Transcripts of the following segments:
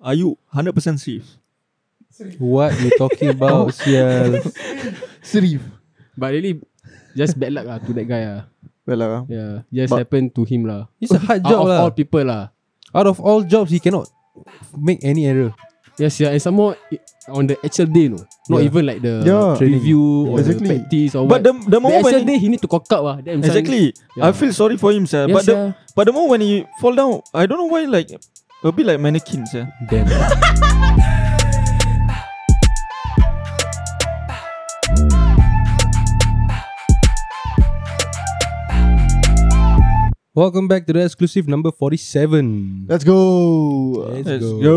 Are you 100% safe? What you talking about sial? Serif. But really Just bad luck lah To that guy lah Well lah. Yeah Just But- happened to him lah It's a hard Out job of lah. all people lah Out of all jobs he cannot make any error. Yes yeah And some more i- On the actual day no Not Yeah. even like the Yeah. Training. Review Or Exactly. the practice or But what the, the The moment actual when day He need to cock up lah That himself- Exactly. Yeah. I feel sorry for him, sir. Yes, but the yeah. but the moment when he fall down, I don't know why like a bit like mannequins, sir. Damn Welcome back to the exclusive number 47. Let's go. Let's Yes, go. yo,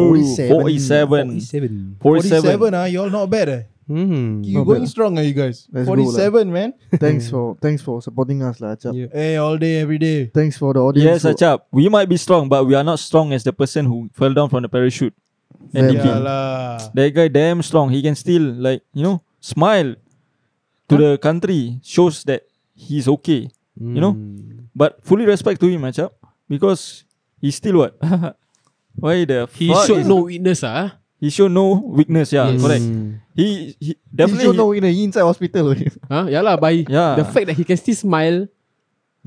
47. 47. 47. 47. ah, you all not bad eh. Hmm. You going strong ah, you guys. Let's go lah. 47 man. thanks for thanks for supporting us lah, Acap. Yeah. Hey, all day, every day. Thanks for the Yes, audience. Achap. We might be strong, but we are not strong as the person who fell down from the parachute. And Very yeah, Yeah lah. That guy damn strong. He can still like, you know, smile to the country. Shows that he's okay. You know? Hmm. But fully respect to him, Achap. Because he's still what? why the He fuck showed is- no weakness ah. He showed no weakness, yeah, Yes. correct. He, he definitely Definitely. You know, he inside hospital. only. Huh? Yeah lah, by Yeah. the fact that he can still smile,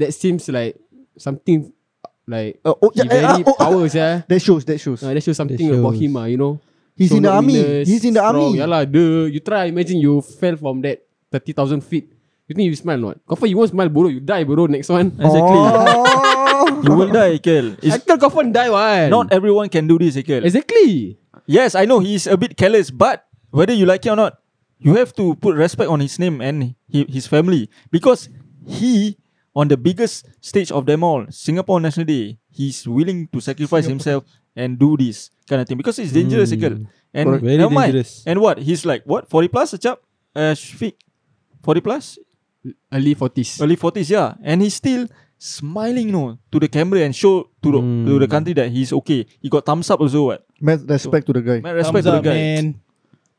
that seems like something like Uh, oh, he yeah, eh, ah, very oh, ah. powers yeah. That shows. That shows. Uh, that shows something about shows. him ah, you know. He's Show in the no army. weakness, He's in the strong. army. Yeah lah, the you try imagine you fell from that thirty thousand feet. You think you smile or not? Confirm you won't smile, bro. You die, bro. Next one. Oh. Exactly. You will die, Ekel. I It's tell confirm die one. not everyone can do this, Ekel. exactly. Yes, I know he's a bit careless, but whether you like it or not, you have to put respect on his name and he, his family because he, on the biggest stage of them all, Singapore National Day, he's willing to sacrifice himself and do this kind of thing because it's dangerous, Hmm. Ekel. And Correct. Very never mind. dangerous. And what? He's like what? Forty plus, a chap? Uh, Shafiq, forty plus, Early forties. early forties, yeah. And he's still smiling, you know, to the camera and show to the, Hmm. to the country that he's okay. He got thumbs up also, what? Mad respect to the guy. Man, Thumbs respect to the up, guy. man.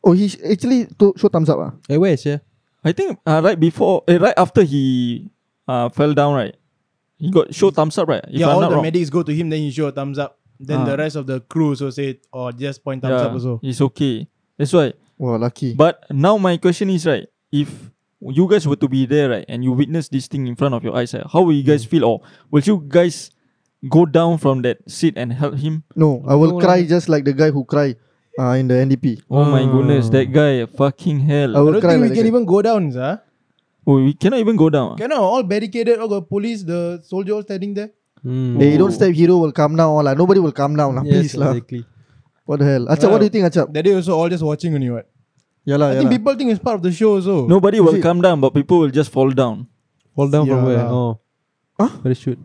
Oh, he sh- actually to- show thumbs up. Ah. Hey, where's yeah? I think uh, right before, eh, right after he uh, fell down, right? He got show thumbs up, right? If yeah, I'm all not the wrong. medics go to him, then he show a thumbs up. Then Ah. the rest of the crew also say, or just point thumbs yeah, up also. It's okay. That's why. Wow, lucky. But now my question is, right? If you guys were to be there, right, and you witness this thing in front of your eyes, right, how will you Mm. guys feel? Or will you guys go down from that seat and help him? no, I will No cry just like the guy who cry uh, in the NDP. Oh my Ah. goodness, that guy, fucking hell! I I will don't cry think we like can that. even go down, sir. oh, we cannot even go down. ah. Can I? All barricaded, all got police, the soldier all standing there. Hmm. Hey, you Ooh. don't step hero will calm down. All, lah. Nobody will calm down. lah. Yes, Please. lah. exactly. What the hell? Achap, what do you think, Achap? That day also all just watching only what. Yeah, lah, I Ah, yeah, think lah. people think it's part of the show also. Nobody Is will it- come down, but people will just fall down. Fall down from Yeah where? lah. Oh. Huh? Parachute.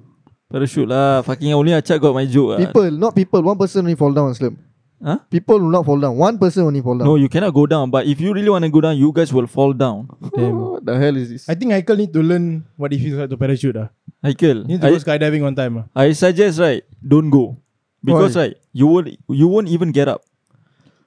Parachute lah, fucking only Achak got my joke. ah. People, not people. One person only fall down, Islam. Huh? People will not fall down. One person only fall No, down. you cannot go down. But if you really want to go down, you guys will fall down. Damn. What the hell is this? I think Michael need to learn what he feels like to parachute. Ah, Haikal, He need to go I, skydiving on time. Ah, I suggest right, don't go because right, you won't you won't even get up.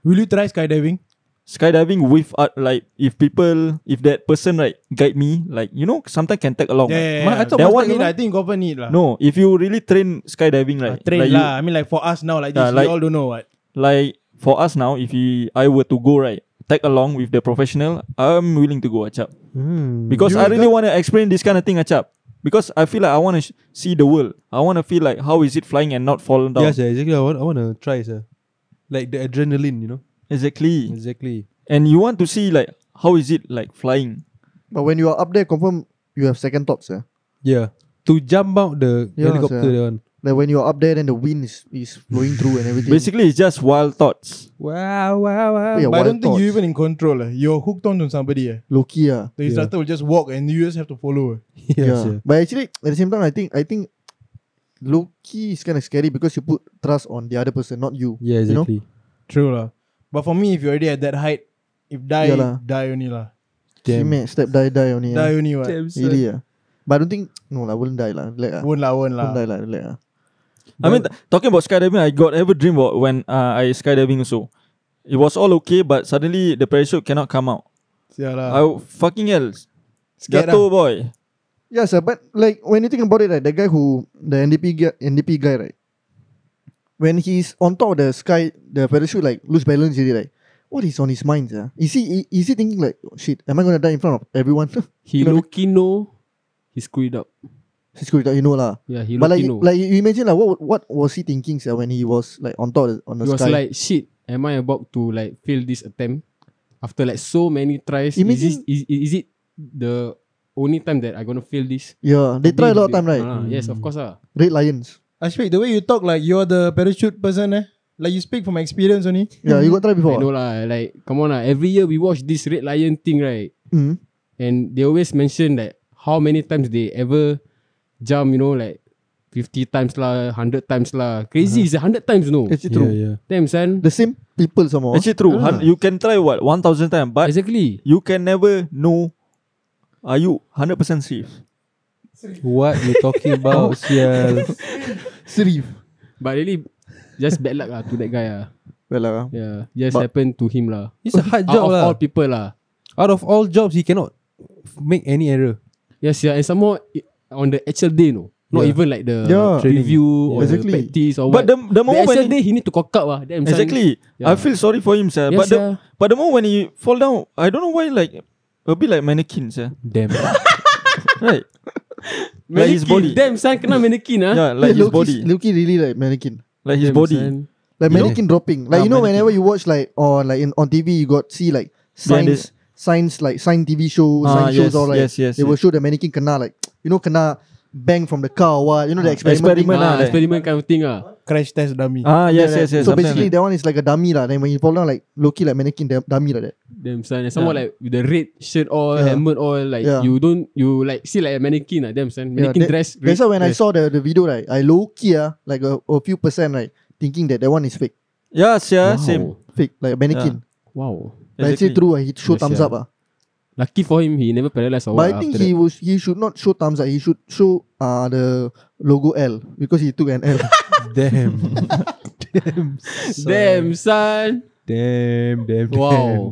Will you try skydiving? Skydiving with uh, like if people if that person right guide me like you know sometimes can tag along. Yeah, right? yeah, Ma- I yeah. thought That must one take need, along. I think confirm need lah. No, if you really train skydiving Ah, right, train like, you- lah. I mean like for us now like this, Yeah, we like- all don't know what. like for us now, if we, I were to go right, tag along with the professional, I'm willing to go achap Hmm. because You I really got- want to explain this kind of thing achap because I feel like I want to sh- see the world. I want to feel like how is it flying and not falling down. Yeah, sir, exactly. I want, I want to try, sir. Like the adrenaline, you know? Exactly. Exactly. and you want to see like how is it like flying But when you are up there, confirm you have second thoughts. Eh? Yeah. To jump out the Yeah, helicopter, sir. that one. Like when you are up there, then the wind is, is blowing through and everything. basically it's just wild thoughts Wow, wow, wow. Yeah, But um, I wild don't think thoughts. you're even in control. ah. You're hooked on to somebody. ah. Loki. ah. The Yeah. instructor will just walk and you just have to follow. ah. Yeah, Yeah. sir. But actually, at the same time, I think I think Loki is kind of scary because you put trust on the other person, not you. Yeah, You know? exactly. True lah. But for me, if you're already at that height, if die, Yeah lah. die only lah. He Damn. may step die die Die only. eh. only what. Really ah. But I don't think no lah. Wouldn't die lah. Like ah. Won't lah, won't Won't lah. die lah. Like ah. i mean th- talking about skydiving i got ever dream about when uh, i skydiving also it was all okay but suddenly the parachute cannot come out Yeah I Ah. lah. w fucking hell Scared Gato boy Yeah, sir. But like when you think about it, right, the guy who the NDP guy, NDP guy, right, when he's on top of the sky, the parachute like lose balance already. Like, what is on his mind? Yeah? Is he is he thinking like oh, shit? Am I gonna die in front of everyone? He No, no. low-key know he screwed up. He's good, you know lah. Yeah, he But like, low-key know. like you imagine like what what was he thinking sia, when he was like on top of the, on the he was sky? like, shit, am I about to like fail this attempt? After like so many tries, is, this, Imagine- is, is it the only time that I gonna fail this? yeah, they try a lot of time, right? Ah, Yes, of course. Ah. Red Lions. Ashfaq, the way you talk like you're the parachute person eh. Like you speak from experience only. Yeah, you got try I before. know lah. Like, come on lah. Every year we watch this Red Lion thing, right? Mm. And they always mention like how many times they ever jump, you know, like 50 times lah, 100 times lah. Crazy is 100 times, no? Actually true. Yeah, yeah. Damn, son. The same people some more. Actually true. Hun- you can try what one thousand times, but Exactly. you can never know. Are you hundred percent safe? What you talking about, sial? Serif. But really, just bad luck lah to that guy ah. Well, lah. Yeah, just But- happened to him lah. It's a hard Out job of lah. all people lah. Out of all jobs, he cannot make any error. Yes, yeah, and some more i- on the actual day, no, not Yeah. even like the Yeah. Training. review or Exactly. the practice or But what. the the moment actual when day he need to cock up ah. Damn, son. exactly, I Yeah. feel sorry for him, sir. Yes, but the yeah. but the moment when he fall down, I don't know why like a bit like mannequin, sir. Damn. right? like his body. Damn, son kena mannequin ah. Yeah, like his body, Loki really like mannequin. like his Damn, body. son. You know? Like mannequin dropping. Like Yeah, you know, mannequin. whenever you watch like on like in, on TV, you got see like Behind signs, signs like sign TV show, Ah, sign shows yes, or like yes, yes, they will yes. show the mannequin kena like you know kena bang from the car or what you know Ah, the experiment. experiment thing. lah. Ah, that. experiment kind of thing ah. Crash test dummy. Ah yes, Yeah, yes, yeah. yes. So something basically, like that one is like a dummy lah. Then when you fall down, like Loki like mannequin dam- dummy like that. Damn, son. And some more Yeah. like with the red shirt all, Yeah. helmet all, like Yeah. you don't, you like see like a mannequin ah. Damn, son. Yeah, Mannequin that- dress. That's red why when I dress. saw the, the video, right, I low key ah, like a, a few percent, right, thinking that that one is fake, that. yeah, sir, wow. same. fake, like a mannequin. Wow. Exactly. Like actually true, ah, he show Yes, thumbs yeah. up ah. Lucky for him, he never paralyzed or But what I think after he that. was he should not show thumbs up. He should show uh the logo L because he took an L. damn. uh, Damn, son. Damn, damn, Wow.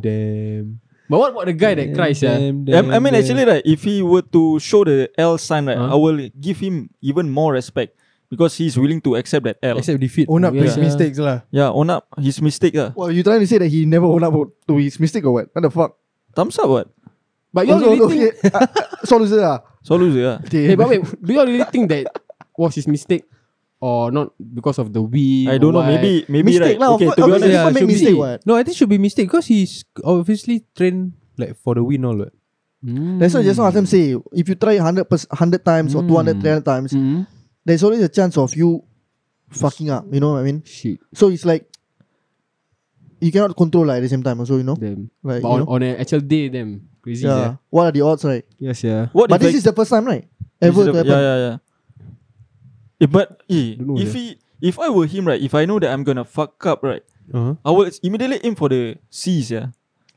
damn, damn. But what about the guy that cries, yeah? Damn, I, I mean, damn. actually, right, if he were to show the L sign, right, Huh? I will give him even more respect because he's willing to accept that L. Except defeat. Own up to Yeah, his sia. mistakes lah. Yeah, own up his mistake. Uh. well, you trying to say that he never owned up to his mistake or what? What the fuck? Thumbs up, what? But you all Also, really think okay, ah, ah, so loser ah. So lose, yeah. Hey, but wait, do you all really think that was his mistake or not because of the we? I don't know. Maybe, maybe mistake right. lah. okay, of to be course, honest, obviously yeah, people make should be. mistake what? No, I think should be mistake because he's obviously trained like for the win all. Right? Hmm. That's why just now Aslam say if you try 100 100 times Hmm. or 200 300 times, Mm. there's always a chance of you fucking up. You know what I mean? Shit, So it's like you cannot control like, at the same time also, you know? them. Like But you on, know? on an actual day, them crazy. yeah. Yeah. What are the odds, right? Yes, yeah. what but if this like- is the first time, right? this Ever is to the- happen. Yeah, yeah, yeah. Eh, but eh, Don't know, if yeah. he, if I were him, right, if I know that I'm gonna fuck up, right, Uh-huh. I will immediately aim for the C's, yeah.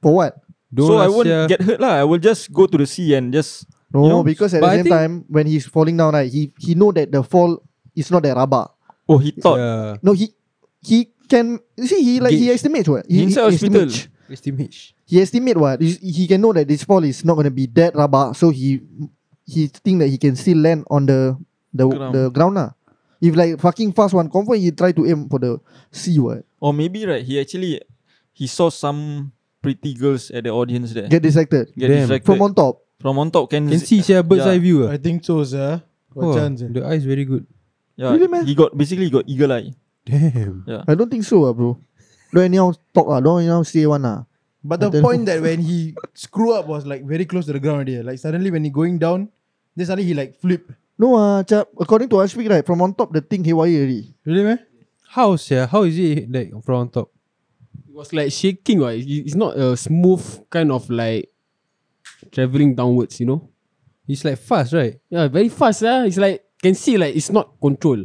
For what? Don't so I lah, won't sia. get hurt, lah. I will just go to the C and just No, You know, because at but the I same think- time when he's falling down, right, he he know that the fall is not that rubber. oh he thought Yeah. No, he he can you see he like he Gauge. estimates what He he, inside hospital. estimate. Estimate. He estimate what he, he can know that this fall is not gonna be that rubber, so he he think that he can still land on the the Ground. the ground lah. If like fucking fast one, confirm he try to aim for the C what. or maybe right he actually he saw some pretty girls at the audience there Get distracted get Damn. distracted from on top. from on top can, Can see sia bird's Yeah. eye view. I ah. think so, sir. Got Oh, chance. eh. the eye is very good. yeah, Really, man? he got basically he got eagle eye Damn. I don't think so, ah, bro. Don't anyhow talk ah. Don't anyhow say one ah. But I the don't point that when he screw up was like very close to the ground already. eh. Like suddenly when he going down, then suddenly he like flip. No ah, chap. According to Ashfik right, from on top the thing haywire already. Really man? How sia? How is it like from on top? It was like shaking. Right? It- It's not a smooth kind of like traveling downwards, you know? It's like fast, right? Yeah, very fast. Yeah. It's like, can see like it's not control.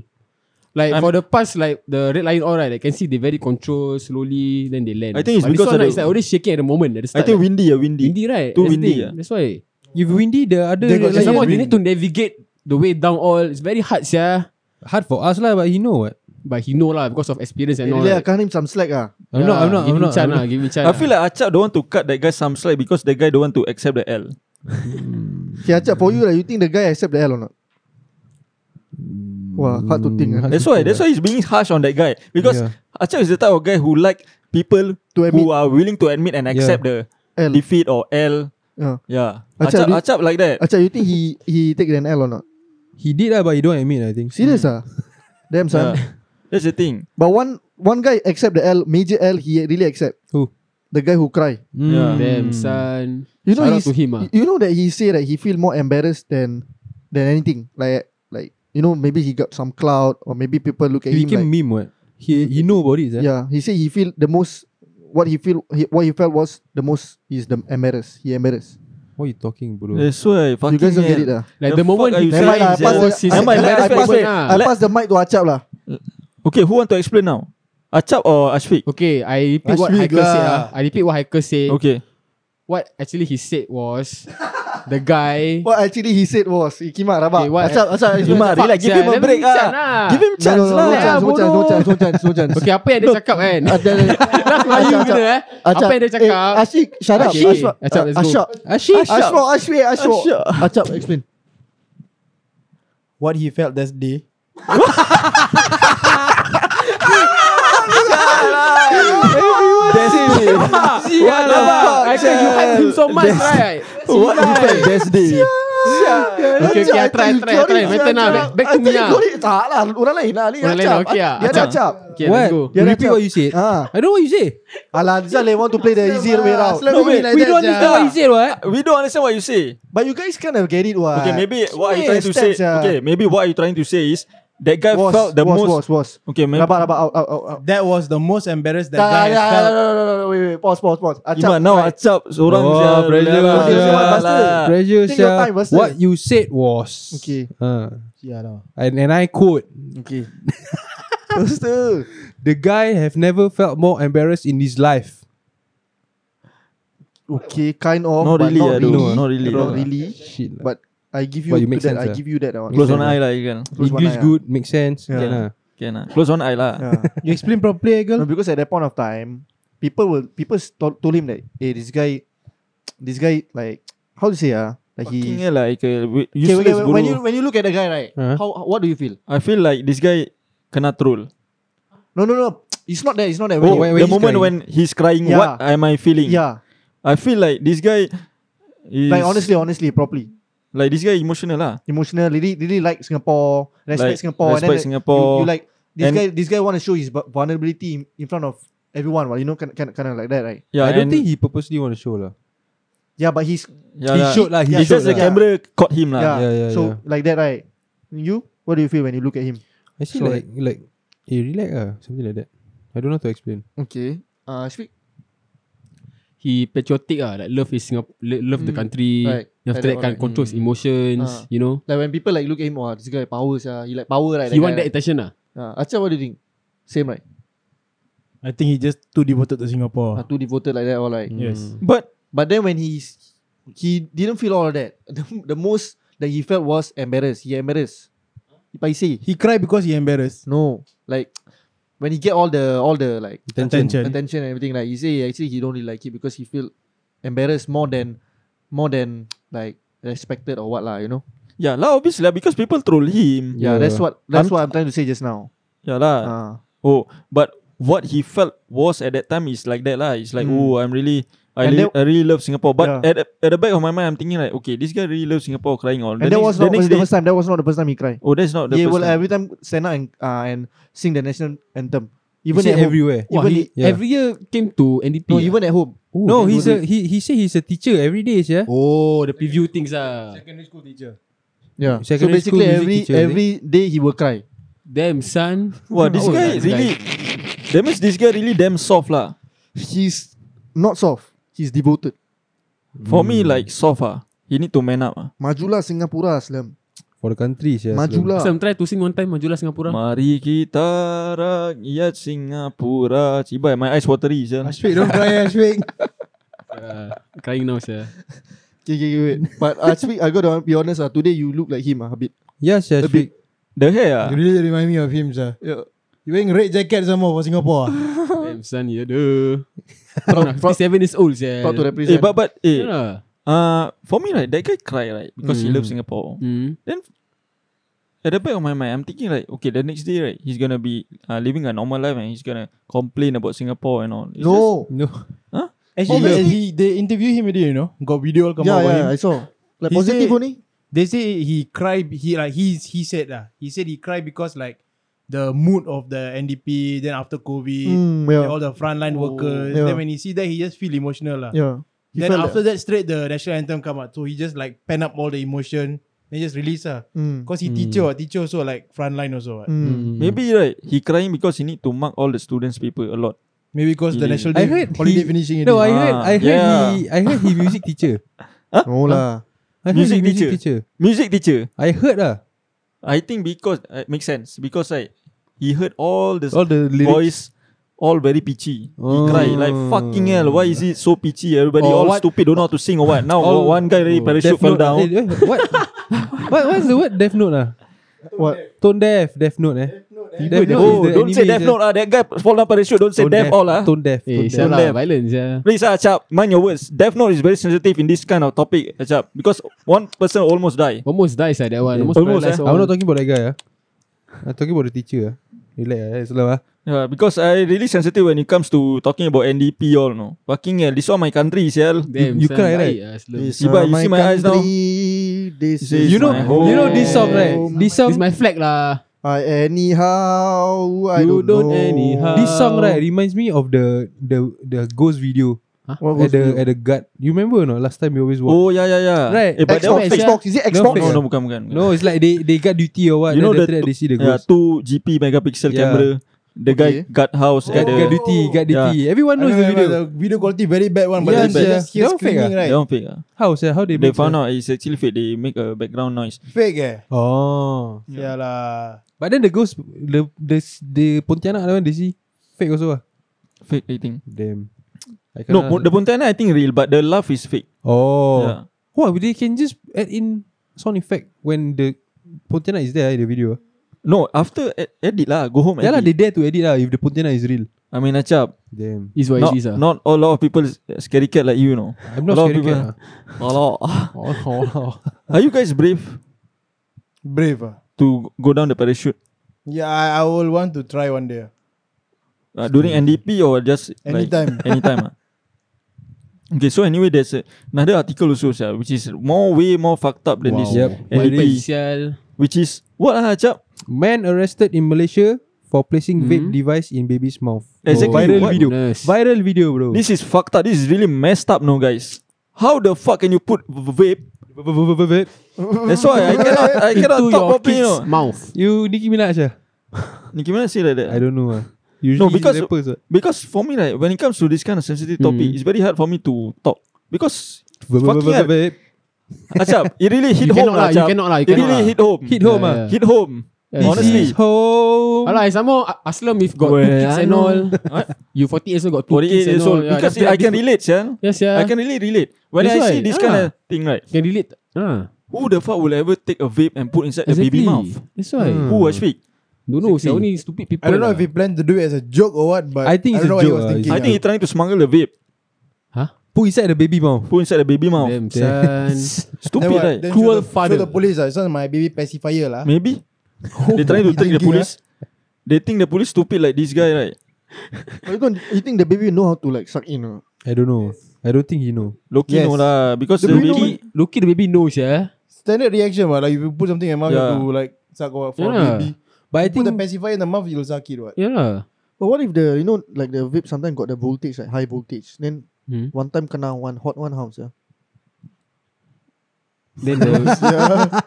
Like I'm- for the past, like the red line, all right, I can see they very control slowly, then they land. I think it's But this because one, of the- right, it's like already shaking at the moment. At the I start, think like, windy yeah windy, windy, right? Too That's the windy, thing. yeah. That's why. If windy, the other They got Like Yeah, yeah, red some lion more they wind. need to navigate the way down all. It's very hard, yeah. hard for us lah, but he know what. But he know lah because of experience and all. Really, I Right? can't him some slack ah. I'm not. I'm not. Give I'm him not. chance I'm lah. not. Give him chance. I feel like Achak don't want to cut that guy some slack because the guy don't want to accept the L lah. Okay, Achap, for you, like, you think the guy accept the L or not? Wow, hard to think. Hmm. ah. That's why that's why he's being harsh on that guy because Yeah. Achal is the type of guy who like people To admit. who are willing to admit and accept the L. defeat or L. Yeah. Yeah, Achal, Achal, do you- Achal like that. Acap, you think he he take an L or not? He did lah, but he don't admit. I think. Serious ah? Damn son. Yeah. That's the thing. But one one guy accept the L, major L, he really accept. Who? The guy who cry. Mm. Yeah. Damn son You know Shout out he's- to him ah. You know that he say that he feel more embarrassed than than anything. Like like you know maybe he got some cloud or maybe people look at He him became like meme. What? He he know about it. eh? Yeah. yeah. He say he feel the most what he feel he, what he felt was the most is the embarrassed. He embarrassed. What you talking, bro? That's why fucking you guys don't get it hell. ah. Like The the, moment fuck are he you saying, cried, Nevermind, I that pass was the- his nevermind, that let's was pass his it. ah. I pass the mic to Acap lah. Okay, who want to explain now? Achap or Ashfiq? Okay, I repeat what Ashwiq Haikal said lah. ah. I repeat what Haikal said. Okay. What actually he said was the guy What actually he said was he came out Okay, rabak. what- Acap Acap You must fuck relax. Ah, Give sia, him a never break give chance ah. lah. Give him No, chance no, no, no lah. chance, no bodoh. chance, no chance, no chance, no chance. Okay, apa yang dia cakap kan? Ah, dah, dah, dah. Melayu Acap, gila eh. Acap. Apa yang dia Eh, cakap? Ashik, shut up. Ashik. Ashwa- Acap, let's go. Ashok. eh, Ashish. Ashwa, Ashwi, Ashwa. Ashok. Acap, explain. What he felt that day. That's it. What the fuck? I think you hype him so much, right? What Sial. happened best day? Okay, okay, I try, Acap, try, try. Acap, Better now. Acap. Back to me Acap, ah. kau ni- Tak lah, orang lain lah. Ni Orang lain Acap. lah, okay ah. Dia ada Acap. Acap. Okay, What? let's go. Yeah, Repeat that's what you said. Ah. I know what you said. Alah, this one they want to play the easier way round. Selalu No, wait, be like we that don't sia. understand what he said. What? We don't understand what you say. But you guys kind of get it what? Okay, maybe what are you Yeah, trying to say? steps, yeah. Okay, maybe what are you trying to say is that guy Was, felt the was, most. was, was. Okay, maybe. Rabak, rabak, out, out, out, out. That was the most embarrassed that Dah, guy dah, has dah, felt. dah, dah, dah, dah, wait, wait, pause, pause, pause. Acap, Iman, now right. Achap seorang Oh, sia. pressure, Lelah pressure, lah. bastard. Pressure, Take your sia. time, Buster. What you said was. Okay. Uh, Yeah, no. and, and I quote. Okay. Terus tu. The guy have never felt more embarrassed in his life. Okay, kind of. Not but really, not I don't really. know, not really. Not really. Shit lah. But I give you, But you to make that. sense, I ah. give you that. one. Close one eye lah, you can. Close one English eye, ah. good, makes sense. Yeah. Yeah. Can lah. Can lah. Close one eye lah. Yeah. You explain properly, No, girl. because at that point of time, people will people s- told, told him that hey, this guy, this guy like how to say ah, like Fucking he. hell lah, Ikel. Wait, Okay, okay, Useless, when you bro. when you look at the guy right, Uh-huh. how how- what do you feel? I feel like this guy kena troll. No, no, no. It's not that. It's not that. Oh, When you- when the he's moment crying. when he's crying, Yeah. what am I feeling? yeah, I feel like this guy is like honestly, honestly, properly, like this guy emotional lah. emotional. Really, really like Singapore, respect Like, Singapore, and then respect like, Singapore. You, you like this And- guy. This guy want to show his bu- vulnerability in, in front of everyone. Well, you know, kind kind kind of like that, right? Yeah, I don't and- think he purposely want to show lah. Yeah, but he's yeah, he yeah. showed lah. He It's showed just lah. the camera caught him lah. yeah. Yeah, yeah, so yeah. like that, right? You, what do you feel when you look at him? I see like Sorry. like eh relax ah something like that. I don't know how to explain. Okay. Uh, speak. he patriotic ah like love his Singapore love the country Mm. Right. then after that Like that can one. control his emotions Ah. you know Like when people like look at him, wow, this guy powers, uh, he like power, right? he want that guy, attention ah right? Uh, Acah, what do you think? Same, right? I think he just too devoted to Uh, Singapore. too devoted like that, or like. Mm. Yes. But But then when he's he didn't feel all of that. The, the most that he felt was embarrassed. He embarrassed. If I say He cried because he embarrassed. no, like when he get all the all the like Attention. attention and everything, like he say actually he don't really like it because he feel embarrassed more than more than like respected or what lah. You know. yeah, lah obviously lah because people troll him. Yeah, Yeah. that's what that's I'm- what I'm trying to say just now. Yeah lah. Uh, Oh, but what he felt was at that time is like that lah. It's like Mm. oh, I'm really. I, And really, that- I really love Singapore, but Yeah. at, the- at the back of my mind, I'm thinking like, okay, this guy really loves Singapore, crying all. and The that next- was the not next the day- first time. That was not the first time he cried. Oh, that's not the he first will time. every time stand out and uh, and sing the national anthem. Even Even at home. everywhere. Wah, Even he, it- yeah. every year came to NDP No, ah. even at home. no, then he's go do a he he said he's a teacher every day, yeah. oh the preview things ah Secondary school teacher. Yeah. So Secondary school basically, music every teacher, I think. every day he will cry. damn son Wow, this Oh, guy that really. That means this guy really damn soft lah. He's not soft. He's devoted. For me, Hmm. like soft ah. He need to man up ah. Majulah Singapura Aslam. For the country, yeah. Majulah. Sam try to sing one time Majulah Singapura Mari kita rakyat Singapura. Cibai, my eyes watery sia. Ashfik, don't cry, Ashfik. Ah, crying now sir Okay, okay, okay, wait. But uh, actually, I gotta be honest. Uh, today you look like him uh, a bit. Yeah, yeah. A bit. The hair ah. You really remind me of him, sir. Yeah. You wearing red jacket some more for Singapore. ah? damn son ya duh Proud- 57 years old sir Ya lah. Proud to represent. Eh, but but eh, yeah. Hmm. uh, for me right, that guy cry right because he loves Singapore. Hmm. Then at at the back of my mind, I'm thinking like, okay, the next day, right, he's gonna be uh, living a normal life and he's gonna complain about Singapore and all. It's No. No. Actually, Obviously- he, they interview him already, you know. Got video all come eh. yeah, out yeah, about I him. saw. Like He positive said- only. They say he cried. He like he he said lah. He said he cried because like the mood of the NDP. Then after COVID, Mm, then yeah, all the frontline Oh, workers. yeah. Then when he see that, he just feel emotional lah. yeah. He Then felt after that, straight the national anthem come out. So he just like pen up all the emotion. Then just release ah. that. Mm, Cause he Hmm. Mm. teacher, what, teacher also like frontline also. What. mm. Maybe right, he crying because he need to mark all the students' paper a lot. Maybe because the He- national I day heard holiday he- finishing. No, I already. heard, I Ah, heard yeah. he, I heard he music teacher. No lah. I heard Music he music teacher. teacher. Music teacher, I heard ah. lah. I think because uh, makes sense because like he heard all the All the lyrics. boys all very pitchy. Oh. He cry like fucking hell. Why is it so pitchy? Everybody Or all what- stupid, don't know how to sing or what. Now all- Oh, Oh, one guy already parachute Death fell Note lah. down. Eh, eh, what? what? What's the word? Death Note lah. What? Tone Deaf, Death Note eh. Death Note Oh, is the Oh, don't say anime, Death Note ah. That guy fall down parachute. Don't say Tone Death all ah. Tone Deaf. Tone Eh, Deaf. siapa Condemn. lah, violence ya. Please ah, Achap, mind your words. Death Note is very sensitive in this kind of topic, Achap, because one person almost die. Almost dies ah that one. Almost, Almost, paralyzed eh. all. I'm not talking about that guy. ah. I'm talking about the teacher. ah. Relax. ah, Relax. Slow. ah. Yeah, because I really sensitive when it comes to talking about NDP all no. Fucking hell, this one my country, sial. Damn, you son, cry, baik right? ah, slow. This Sibai, are you my see my eyes now? country, This This is is You know, my my you know this song, right? home. This This song, my flag lah. I anyhow, I You don't, don't know. anyhow. this song, right? Reminds me of the the the ghost video at What was the the at the guard. You remember or not? Last time we always watch. Oh yeah yeah yeah. Right. Eh, but that one Xbox? fake. Xbox? Is it No, Xbox? No fake no bukan bukan. No, it's like they they got duty or what. You know the then after that two- they see the yeah, ghost. two GP megapixel Yeah. Oh, camera. The guy Okay. guard house at Got, got the. duty, got duty. Everyone I knows the remember video. the video quality very bad one, but Yeah, then they yeah. just hear That one fake screaming That right. one fake. ah. How sir? How they They make found the- out it's actually fake. They make a background noise. Fake eh. Oh, Yeah, lah. but then the ghost, the the the Pontianak that one they see fake also ah. Fake I think. Damn. I No, cannot- Pun- the Pontianak I think real, but the laugh is fake. Uh, Oh. Yeah. Wow, they can just add in sound effect when the Pontianak is there in the video. No, after ed- edit lah, go home. Yeah lah, edit. they dare to edit lah if the Pontianak is real. I mean, Achap, Damn. Is what not, it is ah. not a lot of people is scary cat like you, you know. I'm a not lot scared of people. again. A lot. Oh, oh, oh. Are you guys brave Brave ah. to go down the parachute Yeah, I, I will want to try one day. ah. uh, during NDP or just Anytime. Like, anytime. ah? Okay, so anyway, there's a, another article also, sir, which is more way more fucked up than this. Yep. NDP, Violence, sial. which is what ah, Achap? Oh, Man arrested in Malaysia for placing vape Mhm. device in baby's mouth. Exactly. viral What- video. goodness. Viral video, bro. This is fucked up. This is really messed up, no guys. How the fuck can you put v- vape? Vape. That's why I cannot I cannot into talk your properly. You kid's know. mouth. You Nicki Minaj ah? Ni gimana say like that? I don't know ah. Usually No, because- he's rappers ah. Because for me, like when it comes to this kind of sensitive topic, Mm. it's very hard for me to talk because Vape, vape, fucking vape, hell, vape. Achap, it really hit You home cannot lah, you Achap. cannot lah, you It cannot really lah. hit home. Hit home Yeah, ah. yeah. Hit home. Yeah, Honestly. This is home. Alah, sama Aslam if got Well, two kids I and know. all. You 48 years old got two 48 kids and years all. old Yeah, because that's I can bad. relate, yeah. Yes, yeah. I can really relate. When I That's see why, this kind of ah. thing, right? can relate. Ah, Who the fuck will ever take a vape and put inside the exactly. baby mouth? That's why. Hmm. Who I speak? Don't know. Exactly. Exactly. only stupid people. I don't know lah. if he planned to do it as a joke or what, but I think I it's a don't know what he joke was ah, thinking. it's I think he's trying to smuggle the vape, Huh? Put inside the baby mouth. put inside the baby mouth. Damn, son. Stupid, what? right? Then Cruel show the, father. Show the police ah. It's not my baby pacifier lah. Maybe they trying to He trick the thinking, police. They think the police stupid like this guy, right? But you, don't, you think the baby know how to like suck in? Uh? I don't know. I don't think he know. Loki Yes. no lah because The the baby baby Loki, Loki the baby knows, yeah. Standard reaction what? Like if you put something in your mouth, you Yeah. have to like suck what for Yeah. a baby. But I You put the think pacifier in the mouth, you'll suck it what. Yeah lah. But what if the you know like the vape sometimes got the voltage like high voltage then Hmm. one time kena one hot one house yeah. Then the, yeah.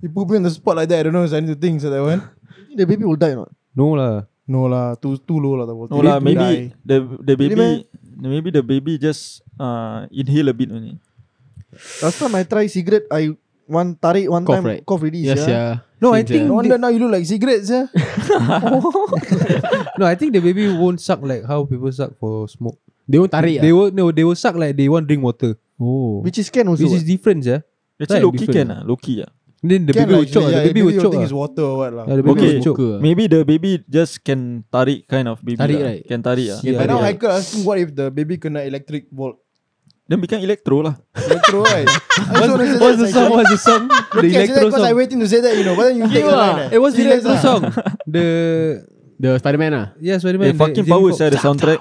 You put me on the spot like that. I don't know. Is anything things that one? You think the baby will die or not? no lah. No lah. Too too low lah the voltage. no lah maybe Die. the the Really baby maybe the baby just uh inhale a bit only. Last time I try cigarette I one tarik one Cough, time right? cough already yes, sia. yeah. No, I Same, think No the- wonder now you look like cigarettes, yeah. No, I think the baby won't suck like how people suck for smoke. They won't tarik They ah? will no, they will suck like they want drink water. Oh. Which is can also. Which is different, yeah. Actually Right, Loki different. can ah Loki ah. Then the Can baby lah, will choke. actually, ah, yeah, The baby will choke. think ah. it's water or what lah. Yeah, the baby Okay. will choke. Smoker ah. Maybe the baby just can tarik kind of baby. Tarik, lah. right? Can tarik ah. Yeah. But now yeah. Haikal asking what if the baby kena electric volt? Then become electro lah. Electro, right? I just want to say that, What's the like, song? What's the song? the Loki, I said that electro because I song. Ah, waiting to say that, you know. But then you take the line. eh. It was the Serious electro ah. song. The The Spider-Man lah. yes, very Eh, much. fucking power saya the soundtrack.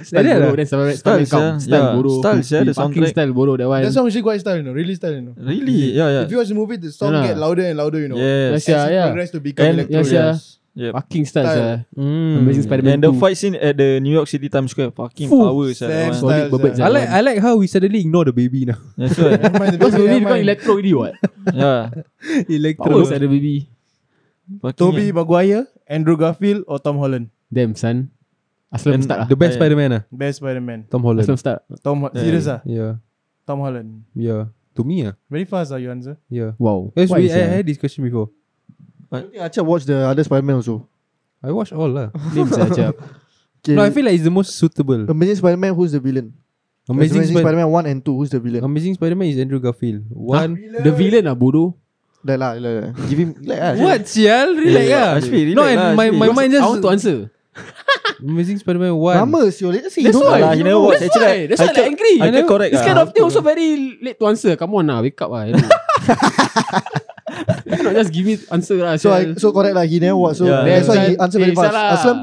Style that bodoh lah. Then Spider-Man Style, Spider-Man come. sia. Style Yeah. bodoh Style, sia, the Fucking soundtrack. Style bodoh That one That song actually quite style, you know. Really style, you know. Really? Yeah, yeah. If you watch the movie, the song Yeah lah. get louder and louder, you know. Yes. As Yes, yeah, it yeah. progress to become And- electro. Yes, yeah. Yep. Fucking style Style. sia. Hmm. Amazing Mm. Spider-Man And the 2. fight scene at the New York City Times Square fucking Fuh, power sia. Sam that one. Style, Sonic Burbage sia. I like I like how we suddenly ignore the baby now. That's why. Never mind, the Because music, baby never become mind. electro already what Yeah. Power Electro. sia the baby Fucking Toby yeah. Maguire, Andrew Garfield, or Tom Holland? Damn son And Aslam start lah The Yeah. best Spider-Man ah, Best Spider-Man. Tom Holland. Aslam start Tom Ho- Yeah. serious ah? Yeah, Tom Holland. yeah. To me ah, Very fast ah, you answer. yeah. Wow Yes, What we, is I, I sia had this question before. I think Acha watched the other Spider-Man also. I watch all lah. Name sia Acap Okay. No, I feel like it's the most suitable. Amazing Spider-Man, who's the villain? Amazing, Spider- Spider-Man 1 and 2, who's the villain? Amazing Spider-Man is Andrew Garfield. One. The villain lah bodoh Like lah, like lah. Give him, like lah. What? Sial, Yeah, relax yeah, Ashfi, relax No, and lah, my, Ashfi. my Because mind I just want to answer Amazing Spider-Man one. Lama siol, let's say you That's don't why Alah, know. he never watch. That's Oh, Actually, why I- That's why I I kept- angry I kept correct This ah, kind of thing after- also very late to answer Come on lah wake up lah you know. You know, just give me answer lah So, I, sial. so correct lah, he never watch. So, Yeah. that's why he Then- answer very eh, fast. salah. Aslam,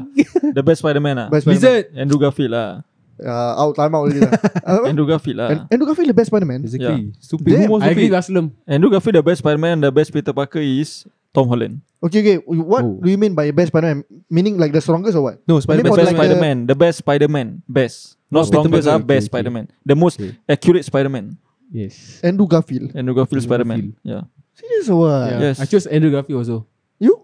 The best Spider-Man ah. best Spider-Man. Lizard. Andrew Garfield lah. Uh, out, time out already lah. Uh, Andrew Garfield lah. and- Andrew Garfield the best Spider-Man. Exactly. Stupid. Damn. Who wants I to agree lah, be? with Aslam Andrew Garfield the best Spider-Man, the best Peter Parker is Tom Holland. Okay, okay. What Oh. do you mean by best Spider-Man? Meaning like the strongest or what? No, The best Spider-Man. Maybe or like the- Spider-Man, the best Spider-Man, best. Not Oh, Peter strongest Parker, ah, okay, best okay. Spider-Man. The most Okay. accurate Spider-Man. Yes Andrew Garfield. Andrew Garfield Andrew Spider-Man. Garfield. Yeah. Serious or what? Yeah, Yes. I chose Andrew Garfield also You?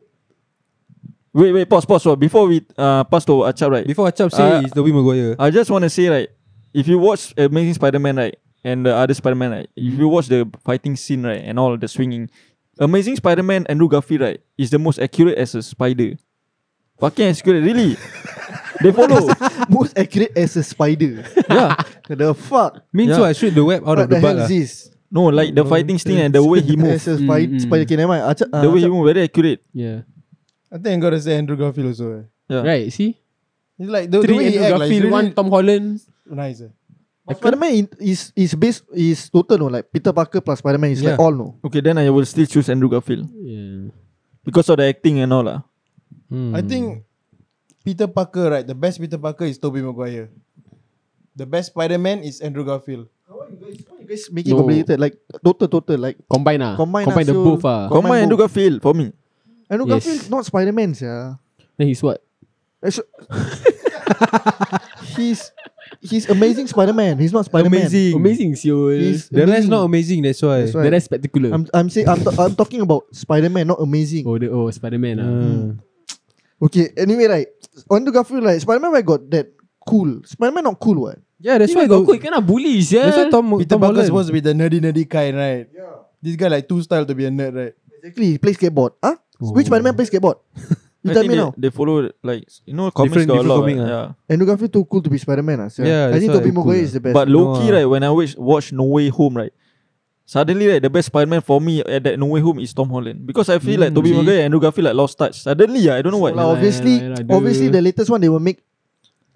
Wait, wait, pause, pause. pause. Before we uh, pass to Achap, right? Before Achap say Uh, it's Tobey Maguire. I just want to say, right, if you watch Amazing Spider-Man, right, and the other Spider-Man, right, if you watch the fighting scene, right, and all the swinging, Amazing Spider-Man Andrew Garfield, right, is the most accurate as a spider. Fucking accurate, really. they follow. Most accurate as a spider. yeah. the fuck? Means yeah. so I shoot the web out What of the ah? the butt lah. hell is this? No, like the fighting scene and the way he moves. As a spy- Mm, mm. spider. Okay, never mind. Acha- uh, The way he Acha- moves, very accurate. Yeah I think I gotta say Andrew Garfield also. Eh. Yeah. Right see He's like the, the Three way he Andrew act, like, he's Garfield One really Tom Holland nice. Eh. But Spider-Man in- is is based is total no like Peter Parker plus Spider-Man is like Yeah. all no. Okay, then I will still choose Andrew Garfield Yeah because of the acting and all lah. Hmm. I think Peter Parker, right? The best Peter Parker is Tobey Maguire. The best Spider-Man is Andrew Garfield. You guys make it No. Oh, complicated like total total like Combine lah Combine Combine, combine lah, the so- both lah Com- Combine Andrew Garfield for me. Andrew Yes. Garfield is not Spider-Man yeah. Then he's what He's he's amazing Spider-Man. He's not Spider-Man. Amazing. Amazing siol He's The rest amazing. not amazing. That's why. That's The why. rest spectacular I'm I'm saying I'm, t- I'm talking about Spider-Man, not amazing. Oh the oh Spider-Man lah Uh, Okay, anyway, right. Andrew Garfield, right? Spider-Man why got that cool. Spider-Man not cool, what? yeah, that's That's why why got. Goku kena bully sia That's why Tom Peter Tom Parker Holland. supposed to be the nerdy nerdy kind, right? Yeah. This guy like too style to be a nerd, right? Exactly, he plays skateboard. Huh? Which Spider-Man plays skateboard? you I tell think me they, now. they follow like you know comics got a Different- different lot. comic, right? ah. Yeah. Andrew Garfield too cool to be Spider-Man. Ah, sia. Yeah, I that's think why Tobey cool, Maguire ah. is the best. But No, Loki, ah. right, when I watch, watch No Way Home, right, suddenly, right, the best Spider-Man for me at that No Way Home is Tom Holland. Because I feel like Tobey see? Maguire and Andrew Garfield like lost touch. Suddenly, ah, I don't know why. Well, obviously, yeah, yeah, obviously the- the latest one they will make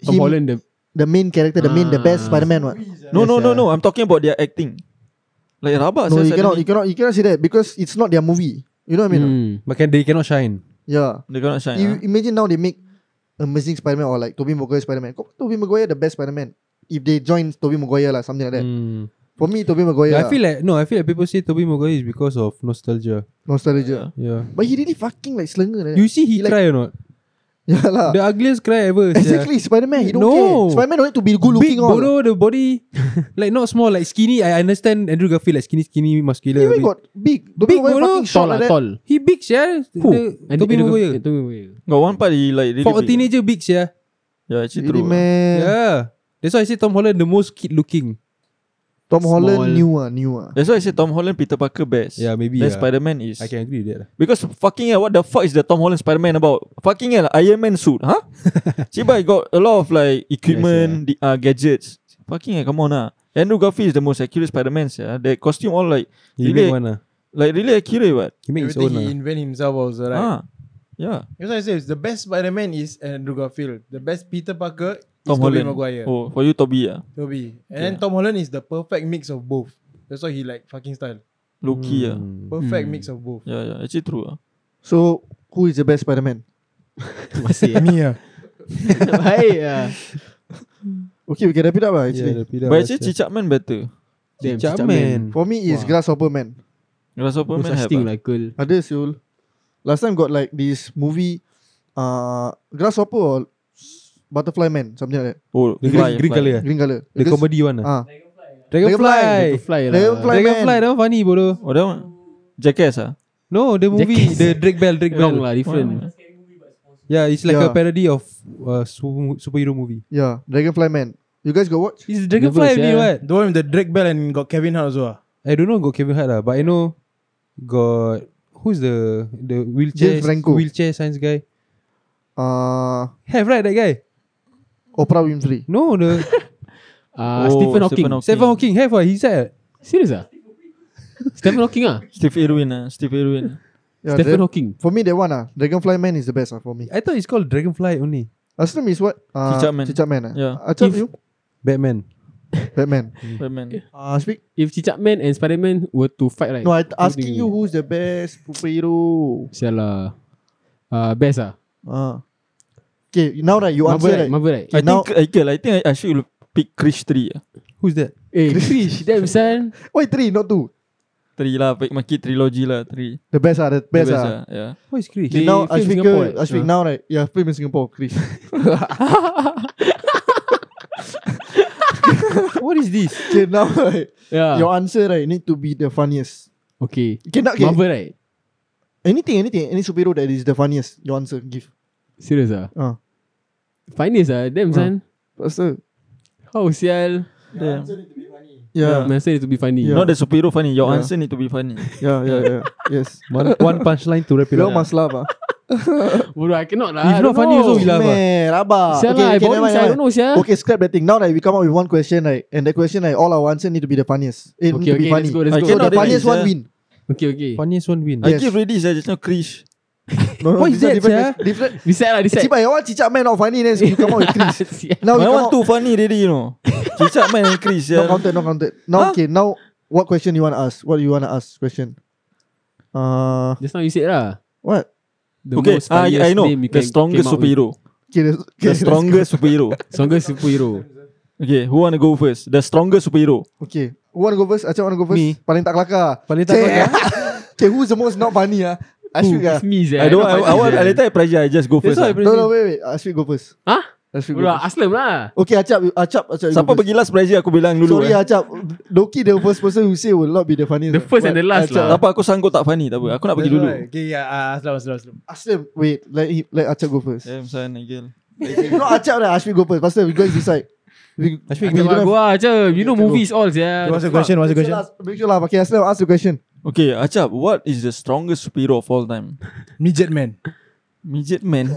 Tom him Holland the the main character, the main, the best Ah. Spider-Man one. no, no, Yes, no, ah. no. I'm talking about their acting. Like Rabak. No, sia, you suddenly. cannot, you cannot, you cannot say that because it's not their movie. You know what I mean? mm. But can, they cannot shine. Yeah. They cannot shine. You ah. imagine now they make Amazing Spider-Man or like Tobey Maguire Spider-Man. Kau- Tobey Maguire the best Spider-Man. If they join Tobey Maguire lah, something like that. Hmm. For me, Tobey Maguire. I ah. feel like no. I feel like people say Tobey Maguire is because of nostalgia. nostalgia. Yeah. But he really fucking like slinger. Like You see, he He like- Ah. cry or not? yeah lah. The ugliest cry ever. sia. Exactly, Spider-Man. He don't No. care. Spider-Man don't need to be good looking. Big all. bodoh the body like not small like skinny I understand Andrew Garfield like skinny skinny muscular He a only bit. got big. Tobey Big Maguire bodoh. fucking Tall short lah like that. tall he big yeah the, Tobey And Andrew Gar- Maguire Tobey Maguire Got one part he like really for a big. teenager big yeah Yeah, actually Really, true. ah. man. yeah that's why I say Tom Holland the most kid looking Tom Holland Small. new ah, new ah. That's why I said Tom Holland, Peter Parker best. Yeah, maybe, Best ah. Spider-Man is. I can agree with that lah. Because fucking hell, what the fuck is the Tom Holland Spider-Man about? Fucking hell, Iron Man suit, huh? Chiba got a lot of like equipment, the, uh, gadgets. Fucking hell, come on ah. Andrew Garfield is the most accurate Spider-Man, yeah. The costume all like he really, make one lah like really accurate, what? he make his Everything own he lah invent himself also, right? Ah, yeah. That's why I say it's the best Spider-Man is Andrew Garfield. The best Peter Parker Tom Tobey Holland. Maguire. Oh, for you, Toby. Ah, Toby. And then Tom Holland is the perfect mix of both. That's why he like fucking style. low key. Ah. Hmm. Perfect Mm. mix of both. Yeah, yeah. Actually true. Ah. So who is the best Spider-Man? Masih Me ah. Baik lah Okay, we can wrap it up lah actually. But actually Cicak Man better. Damn, Cicak Cicak Man. For me, it's Wah. Grasshopper Man. Grasshopper No Man such have. thing ah. lah girl Ada siul. Last time got like this movie, uh, Grasshopper or Butterfly Man, something like that. Oh, The fly, green, green fly. colour eh? Green color. The comedy one ah. Ah, Dragonfly Dragonfly lah Dragonfly. Dragonfly Man. that one funny bodoh Oh, that one. Jackass ah. No the movie Jackass. The Drake Bell Drake Wrong Bell lah different Why? Yeah it's like a Yeah. parody of uh, su- Superhero movie yeah, Dragonfly Man. You guys got watch? It's Dragonfly Dragonfly only only what? what The one with the Drake Bell and got Kevin Hart also ah. I don't know got Kevin Hart lah, but I know got who's the the wheelchair James Franco. wheelchair science guy. Uh, Have right that guy? Oprah Winfrey. No the Ah, Oh, Stephen Hawking Stephen Hawking. Stephen Hawking have what he's at. Serius ah Stephen Hawking ah Steve Irwin ah. Steve Irwin. Yeah, Stephen Dra- Hawking for me, that one ah, Dragonfly Man is the best ah for me. I thought it's called Dragonfly only. Last time is what? Uh, Cicak Man. Cicak Man ah. Yeah. Acap If- you? Batman. Batman. Hmm. Batman. Uh, speak. If Cicak Man and Spider-Man were to fight right No, I Who do asking you who's the best superhero. Sial lah Ah, Best ah Ah. Okay, now that you Marvel answer right right. Marvel right I Now- think I girl, I think I, I should pick Krish 3 ah. Who's that? Eh Krish Damn son Why three, not two? 3 lah, pick Maki trilogy lah, 3. The best ah, the best ah. Yeah. What is Chris? They Okay, now film Ashwin Singapore, ke eh? Ashwin Ah. now right Yeah film in Singapore Chris what is this? Okay now right Yeah Your answer right Need to be the funniest Okay Okay now okay Marvel right Anything anything Any superhero that is the funniest Your answer give Serius ah Ah, Finest ah Uh. Damn son Pasal How sial Damn. Yeah My answer is to be funny Yeah. Not the superhero funny. Your Yeah. answer need to be funny. Yeah yeah yeah Yes One, one punchline to wrap it You all up. must laugh ah Bro, I cannot lah. If not I don't funny also, know. we laugh. Oh, Man Rabah Sial lah, I boring nevermind, sia, I don't know sia. nevermind. Okay scrap that thing Now that we come up with one question right And that question right All our answer need to be the funniest Okay, It need to be okay, funny let's go, let's I go. So cannot the funniest really, one sia. win Okay, okay. Funniest one win. I Yes. give ready sir, just now Krish. No, eh. no, What is that, different- sia? Different Reset lah, reset. Cibai one cicak man Not funny Then you come out with Chris Sial. Now you My Oh, come one out too funny already, you know. Cicak man and Krish. Not Yeah. counted, not counted. Now, Huh? okay, now what question you want to ask? What you want to ask? Question. Uh, Just now you said lah. what? The okay, most I, funniest I know. name you The can strongest came up with. superhero. Okay, let's- okay, The let's- strongest superhero. Strongest superhero. Okay, who want to go first? The strongest superhero. Okay, who want to go first? Acap want to go first? Me. Paling tak kelakar. Paling tak Cik. kelakar? okay, who's the most not funny? Ah, Ashfiq. ah. It's me, Zai. I don't. I, I want. I Zai. later I pressure. I just go That's first. why I ah. No, no, present. wait, wait. Ashfiq go first. Ha? Huh? Ashfiq go Bro, first. Aslam lah. Okay, Acap, you- Acap, Acap. you Siapa go first. pergi last pressure aku bilang dulu. Sorry, eh. Acap. Loki, the first person who say will not be the funniest. eh. The first and the last Tak lah. apa aku sanggup tak funny tak apa. Aku nak pergi That's dulu. why. Okay, yeah, uh, Aslam, Aslam, Aslam. Aslam, wait. Let him, let Acap go first. Damn son eh, Nigel. no, Acap dah. Ashfiq go first. Pasal we guys decide. We, Ashfiq, we Tengok don't aku have- lah je. You know movies all sia. What's the Fuck. question? What's the Make sure question? lah, Make sure lah. Okay, Aslam, ask the question. Okay, Acap, what is the strongest superhero of all time? Midget man. Midget man.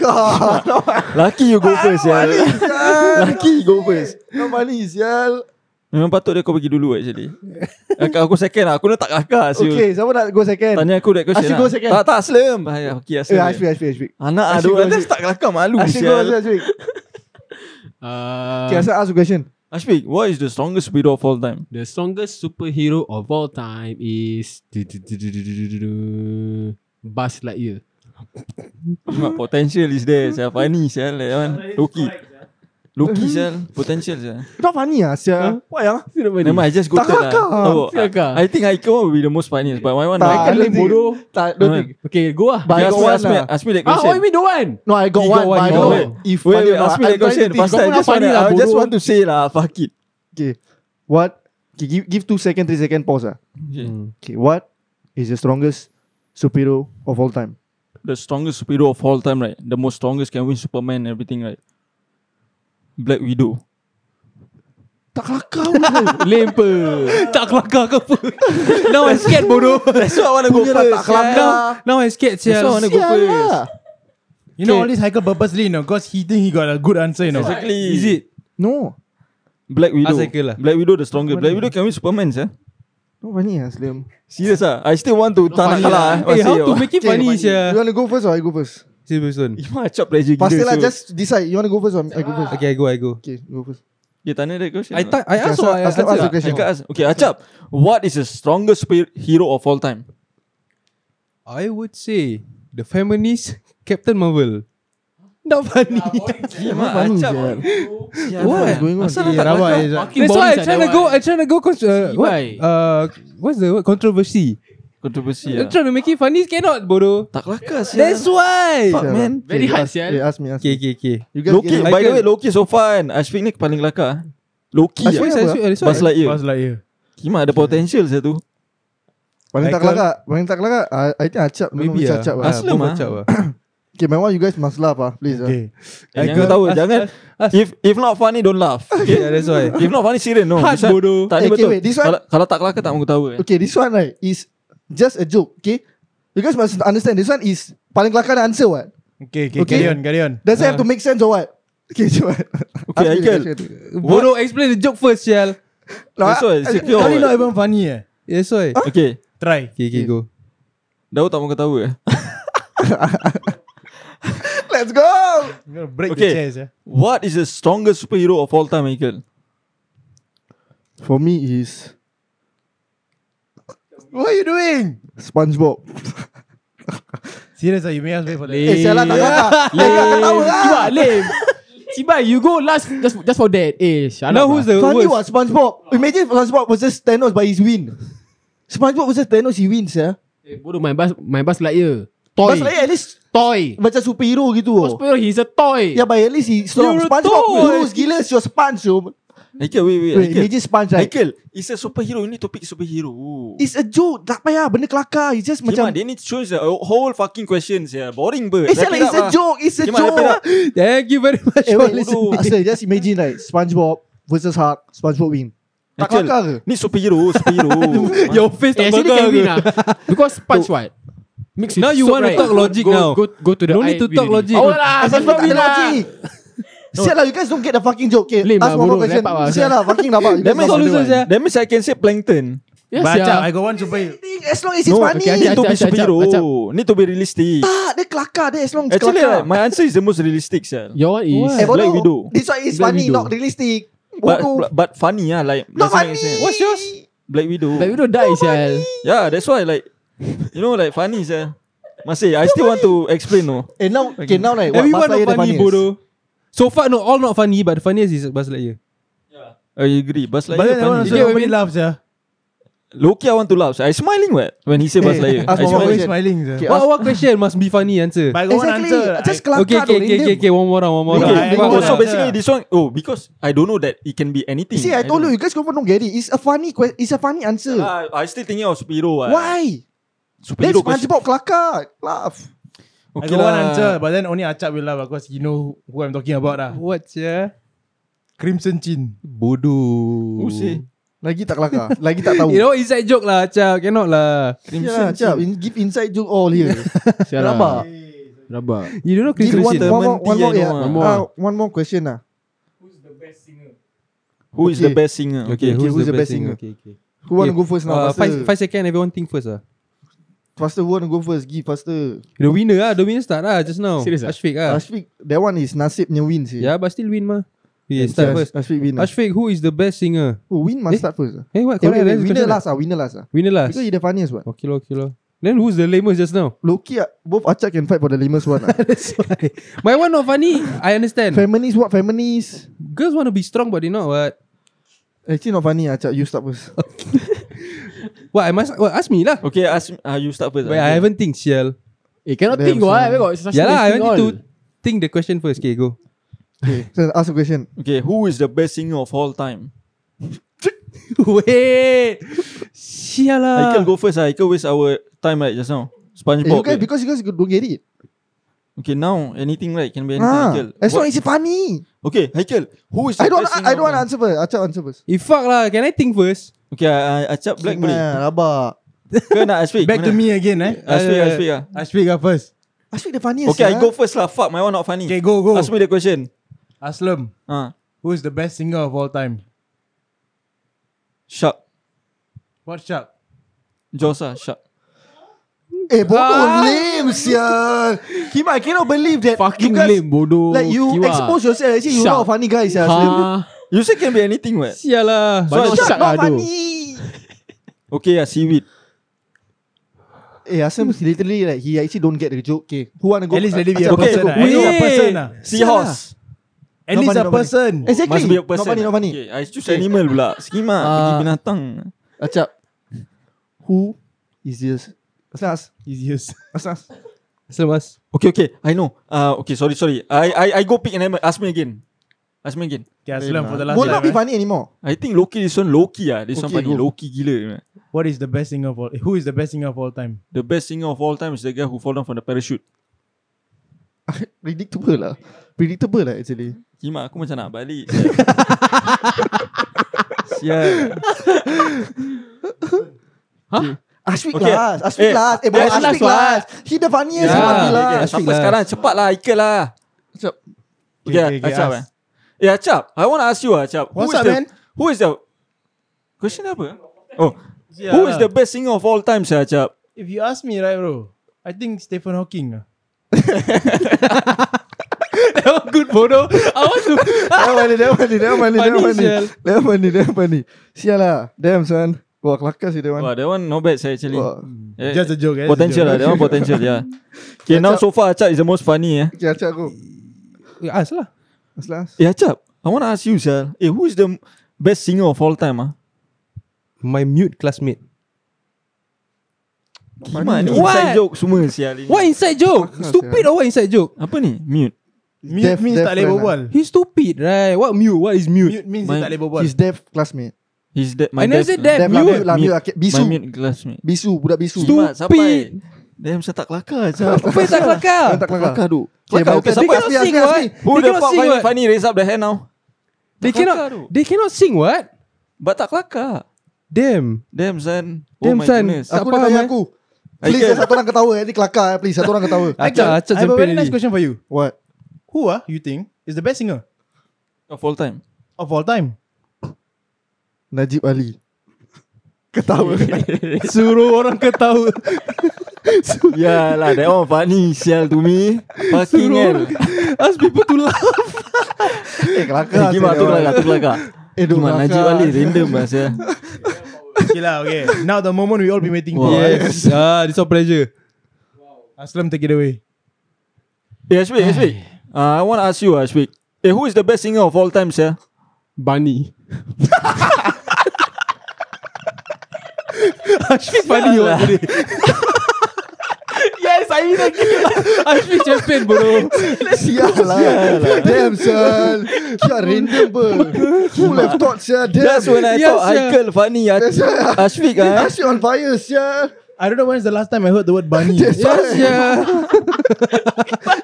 God, not Lucky you go first ya. funny, sial. Lucky go first. Not funny, sial. Memang patut dia kau pergi dulu actually. aku, aku second lah. Aku dah tak kakak. So, Okay, siapa nak go second? Tanya aku that question Ashfiq lah. go second. Tak, tak, Aslam. Ay, Okay, Aslam. Eh, ya. Ashfiq, Ashfiq, Ashfiq. Anak Ashfiq aduh. go Atas Ashfiq. tak kelakar malu. Ashfiq go first, sial. Uh. Ashfiq. Ah, Okay, Asal ask the question. Ashfiq, what is the strongest superhero of all time? The strongest superhero of all time is Buzz Lightyear. Cuma potential is there. Sial. Funny sial. That one. Loki. Loki sial. Potential sial. Not funny ah, sial. What yang? Never mind, I just go Tak third lah. kakak. Oh, Tak kakak. I, I think Haikal one will be the most funniest. But my one. Tak, Haikal- I don't Name think. bodoh. Tak, don't think. Okay, go ah. But I Okay, Uh-huh. ask me, got one ask me, lah. ask me that Ah, question. what you mean don't want? No, I got He one, got but one, I he don't got know one. if Wait, funny wait, or not. ask me I'm that trying question. to think. First Kau time, pun just nak want, funny lah, I just bodoh. want to say lah, fuck it. Okay, what? Okay, give, give two second, three second pause ah. Okay, what is the strongest superhero of all time? The strongest superhero of all time, right? The most strongest can win Superman and everything, right? Black Widow. Tak kelakar pun. Lemper. Tak kelakar ke apa? Now I scared bodoh. That's why I want to go Punya lah, tak first. kelakar. now, now I scared That's why I want sial. to go Sial first. lah. You know Okay. all this hiker purposely, you know, because he think he got a good answer, you know. Exactly. Is it? No. Black Widow. Ask Haikal lah. Black Widow the strongest. Black Widow can win Superman, sir. Not funny ah, Slim. Serious ah. I still want to tak nak kalah. eh. Eh, how Masih, to oh. make it funny You sia? want to go first or I go first? Steve Wilson. Ima acap pressure gila. Pasal lah, so- just decide. You want to go first or I go first? Okay, I go, I go. Okay, go first. You tanya that question. lah. I, or ta- I Okay, asked or I Aslam- Aslam answered? ask the not? question. Eka ask- Okay, acap. What is the strongest spe- hero of all time? I would say the feminist Captain Marvel. Not funny. Ima acap. What's going on? Asal tak rabak macam- is uh, that. That's why I trying to go. I trying to go. Cons- uh, what? Sibai. Uh, what's the word? Controversy. Kontroversi Yeah. lah. Trying to make it funny cannot, bodoh. Tak kelakar sial. That's why. Fuck, man. Very Okay, hard, ask- sial. eh, Ask me, ask Okay, me. okay, okay. You guys Loki, get it. by the Michael- way, Loki so far kan. Ashfiq ni paling kelakar. Loki Ashfiq lah. That's why, apa? that's why. Buzz Lightyear. Buzz Lightyear. Ima ada potential sial tu. Paling tak Michael- kelakar. Paling tak kelakar. I- I think Acap. Don't know Maybe which ah. Acap Ah, lah. Aslam both ah. acap ah. Okay, my one, you guys must laugh ah, please ah. Okay. Eh, jangan tahu. Jangan. If if not funny, don't laugh. Okay? Yeah, that's why. If not funny, serious. No. Hard This one- bodoh. Tak ni Eh, okay, betul. wait, this one- Kalau, kalau tak kelakar, tak mau ketawa. eh. Okay, this one right is just a joke. Okay, you guys must understand. This one is paling kelakar the answer. What Okay, okay, Okay. carry on, carry on. does it have to make sense or what? Okay, cuba. Okay, Ask me the Haikal. question. Bodoh, explain the joke first, Shal. No, That's why, I- it's secure. Kali what. not even funny eh. That's why. Ah. Okay. Try. Okay, okay, go. Daud tak mau ketawa. eh. Let's go. I'm gonna break Okay. the chairs eh. What is the strongest superhero of all time, Michael? For me is What are you doing? SpongeBob. Serious ah, you made us wait for that. Eh, sialan tak lah. kelakar. Sibai, lame. Sibai, you go last just just for that. Eh, shut Now up who's the ah. Funny worst? what SpongeBob. Imagine if SpongeBob versus Thanos by his win. SpongeBob versus Thanos he wins ya. Eh, bodoh, my bus, my bus Lightyear. But Toy. like, at least Toy. macam superhero gitu. Oh, Oh. Ya, superhero, he's a toy. Eh, Yeah, but at least he strong. You're a SpongeBob toy. kurus gila. it's Your sponge. yo. Michael, wait, wait. Wait, Michael. imagine sponge right. Michael, it's a superhero. Ini topik superhero. It's a joke. Tak payah benda kelakar. It's just Macam macam they need to change the whole fucking questions. Yeah, boring ber. It's, a, it's lah. a joke. It's a Cik Mat, wrap it up. joke. Thank you very much Eh, for wait, listening. bodoh. Asal, just imagine right. SpongeBob versus Hulk. SpongeBob win. Tak Michael, kelakar ke? ni superhero, superhero. Your face tak Eh, actually can bakal win ke? ah. Because punch what? Mix with Now you soap, want to right? talk logic go, now. Go, go to the Don't need eye to with talk it. logic. Oh lah, that's Asal tak not ada win lah. logic. Sial lah, you guys don't get the fucking joke. Okay, Lame ask lah, one more bodoh. question. Lepak lah, Sial asal. lah, fucking rabak. That You guys means, are Solution, doing sia. that means I can say plankton. Yes, But Acap, yeah. I got one superhero. one. As long as it's no, funny. okay, need okay, to be Acap, Acap, superhero. Acap. Need to be realistic. Tak, dia kelakar. Dia as long as Actually, kelakar. right, Eh, lah, my answer is the most realistic. Yeah. Your one is Eh, bodoh. Black Widow. This one is Black funny, Widow. not realistic. But, Bodoh. but funny yeah, like Oh, doesn't make Not funny. sense. What's yours? Black Widow. Black Widow die sial. Yeah, that's why like you know like funny yeah. Masih, I still want to explain no. Eh, now, okay, now like, what? Everyone Buzz Lightyear not the funny, funniest. bodoh. So far, no, all not funny, but the funniest is Buzz Lightyear. I agree. Buzz But Lightyear then that one funny. You also get how what I many mean? laughs yeah. Loki, I want to laugh. I smiling what when he say Buzz Lightyear. Hey, I ask one more smiling. Always smiling sir. question. Okay, What, what question must be funny answer? But I got one Exactly. answer. Just I- kelakar. Okay, okay, though, okay, in okay, them. okay, one more round, one more Okay, Yeah, round. I- I oh, got so one basically answer. this one oh because I don't know that it can be anything. See, I told you, you guys confirm don't get it. It's a funny question. It's a funny answer. Uh, I still thinking of superhero. ah. Why? That's Superhero question. SpongeBob kelakar. Laugh. I Okay got one lah. answer, but then only Acap will laugh because you know who I'm talking about lah. What, yeah? Crimson Chin. Bodoh. Who say? Lagi tak kelakar. Lagi tak tahu. You know, inside joke lah, Acap. Cannot lah. Yeah, Acap, in, give inside joke all here. Sial lah. Rabak. Rabak. You don't know Give Crimson one, Chin. the- one more, one more, Lemon tea, I yeah. know, ah. one, more. Uh, one more question lah. Who is the Okay. best singer? Okay. Okay, who's, the, best singer? singer? Okay, okay. Who want to Yeah. go first now? Uh, faster. five, five second, everyone think first ah. faster, who want to go first? Give faster. The winner ah, the winner start ah just now. Serious ah? Ashfiq ah. Ashfiq, that one is Nasib punya win sih. yeah, but still win mah. Yeah, start first. Ashfiq win. lah. Ashfiq, who is the best singer? Oh, win must Eh? start first. lah. Hey, what? Eh, Correct. wait, wait, that's the winner question, last ah, winner last ah. right? Winner last. Because he the funniest one. Okay, lah, okay, lah. Then who's the lamest just now? Loki, ah, both Acap can fight for the lamest one. ah. That's why. My one not funny. I understand. feminist, what feminist? Girls want to be strong, but they not what. Actually not funny, Acap. You start first. What? I must. What? Ask me lah. Okay, ask uh, you start first. Wait, I haven't think. Shell. Eh, cannot Damn, think what. son. Where got such Yeah lah. I thing want all? you to think the question first. Okay, go. Okay. So ask a question. Okay, who is the best singer of all time? Wait. Shell I can lah. go first. I can waste our time right just now. Ah. Eh, you SpongeBob. guys, right? because you guys don't get it. Okay, now anything right can be anything. Ah, Haikal. as long What- as it's funny. okay, Haikal. Who is the I don't, best singer I, I don't of want to all- answer first. Acap answer first. Eh, fuck lah. Can I think first? Okay, I, I acap black boleh. Nah, Rabak. Ke nak Ashfiq? Back to Mana? me again eh. Ashfiq, Uh, Ashfiq ah. Ashfiq up first. Ashfiq the funniest. Okay, I ah. go first lah. Fuck, my one not funny. Okay, go, go. Ask me the question. Aslam, Ah, who is the best singer of all time? Shark. lah, What shark? Josa, Shark. Eh, bodoh lame, sial. Kima, I cannot believe that Fucking you guys, lame bodoh Like you Kiwa. expose yourself. Actually, you're not Shark. funny guy, sial. Ha You say can be anything, what? Sial lah Banyak Shark syak lah Not tu funny. Okay, yeah, seaweed. Eh, Asam literally like he actually don't get the joke. Okay, who wanna go? At least let it be a Asam, Okay, person. go- lah. At least a wait. person. lah. Seahorse. At Not least a funny, not funny. person. Exactly. Must be a person. Not funny, not funny. Okay, I choose animal pula. Schema, Ah. pergi binatang. Acap. Who is this? Asnas. Easiest. Asnas. Selamat. Okay, okay, I know. Uh, okay, sorry, sorry. I, I, I go pick an animal. Ask me again. Ask me again. Okay, Aslam for the last Will not time. be eh. funny anymore. ah. I think Loki this one Loki ah. This one Okay, funny. go. Loki gila. man. What is the best singer of all? Who is the best singer of all time? The best singer of all time is the guy who fall down from the parachute. Predictable lah. Predictable lah actually. Kima aku macam nak balik. Sial. Ashfiq Okay. last. Ashfiq Eh, last. Eh, eh, boy, Ashfiq Ashfiq last. last. He the funniest Yeah. one. Okay, he okay. last. Sampai Ya, sekarang cepat lah Ika lah. Acap. Okay, okay, okay, Acap eh. Eh Acap, I want to ask you ah, Acap. Who What's is up, the, man? Who is the... Question apa? Oh. Who lah. is the best singer of all time, saya Acap? If you ask me, right, bro, I think Stephen Hawking. ah. Good bodoh I want to That one, that one, that one, Funny, that one. sial. That one, that one. Sial lah. Damn, son. Wah, kelakar sih that one. Wah, that one not bad saya actually. Wah. Eh, Just a joke. eh, just a potential lah, joke. that one potential, yeah. Okay, now so far Acap is the most funny eh. Okay, Acap aku. Eh, ask lah. Aslas. Eh Acap, I want to ask you, sir. Eh, who is the m- best singer of all time ah? My mute classmate. Kima ni inside What? joke semua sial ini. What inside joke? Kelakar Stupid or what inside joke? Apa ni? Mute. Mute Deaf- means deaf tak boleh friend lah. berbual. He's stupid, right? What mute? What is mute? Mute means My- dia tak boleh berbual. He's deaf classmate. He's that my I never best- said that. Deaf lah, mute. mute lah, mute lah. Bisu. My mute classmate. Bisu, budak bisu. Stupid. Kima, sampai. Stupid. Damn, saya tak kelakar, Acap. Apa yang tak kelakar? Tak kelakar. tu. Kelakar, okay, Okay, but- sampai. They Siapa? cannot Ask me, sing ask me, what? Who ask the They cannot fuck sing funny, what? funny raise up the hand now? They cannot Kelakar tu. They cannot sing what? But tak kelakar. Damn. Damn son. Damn, oh my son. goodness. Tak Aku nak faham, tanya eh. aku. Please, Aikal. satu orang ketawa. Nanti kelakar. eh. Please, satu orang ketawa. Acap, acap I have a sempit very nice already. question for you. What? Who ah you think is the best singer Of all Oh, time. of all time? Najib Ali. Ketawa. Suruh orang ketawa. yeah lah, that one funny sial to me. Fucking Suruh hell. orang ask people to laugh. eh, kelakar. Eh, Gimana tu kelakar, tu kelakar. Eh, tu Gimana kelakar. Najib Ali random lah sial. okay lah, okay. Now the moment we all been waiting for. Wow. Yes. ah, this is pleasure. Aslam take it away. Eh Ashwick, Ashwick. Uh, I want to ask you Ashwick. Eh, who is the best singer of all time sial? Bunny Ashfiq funny lah. one today. Yes I mean again Ashmi champion bro Sial lah. Damn, son. Kia random ber. Who left thought, sial? Damn. That's when I Yes, thought sial. Haikal funny. Ash- Ashwick ah. Asyik on fire, sial. I don't know when's the last time I heard the word bunny. That's Yes, why. yeah.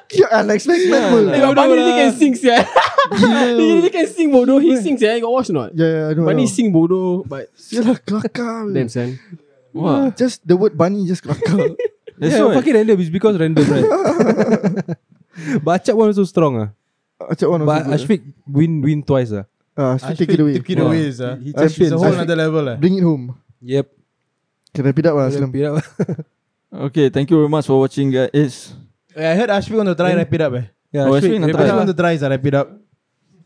Kia unexpected ber. Eh but Bunny really can sing yeah. He really can sing bodoh He sings yeah. You got watch not? Yeah, yeah, I know. I Bunny know. sing bodoh But Sial lah, kelakar. Damn son Wah, Just the word bunny just kelakar. that's yeah, why. fucking random. It's because random, right? but Acap one also strong ah. Acap one But also good. Ashfiq win win twice ah. Ah, Ashfiq, take it away. Take it away, is, ah. He- he It's champion. a whole Ashfiq. other level eh. lah. Bring it home. Yep. Can wrap it up lah, Aslam. Wrap it up. Okay, thank you very much for watching guys. Eh, I heard Ashfi want to try wrap it up eh. Yeah, Oh, Ashfiq Ashfiq, nak wrap it try. Ashfi up. want to try is ah, wrap it up.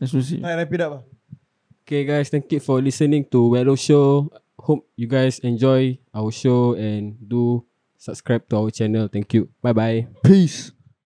Let's see. Try wrap it up ah. Okay guys Thank you for listening to Wello Show Hope you guys enjoy our show And do subscribe to our channel Thank you Bye bye Peace.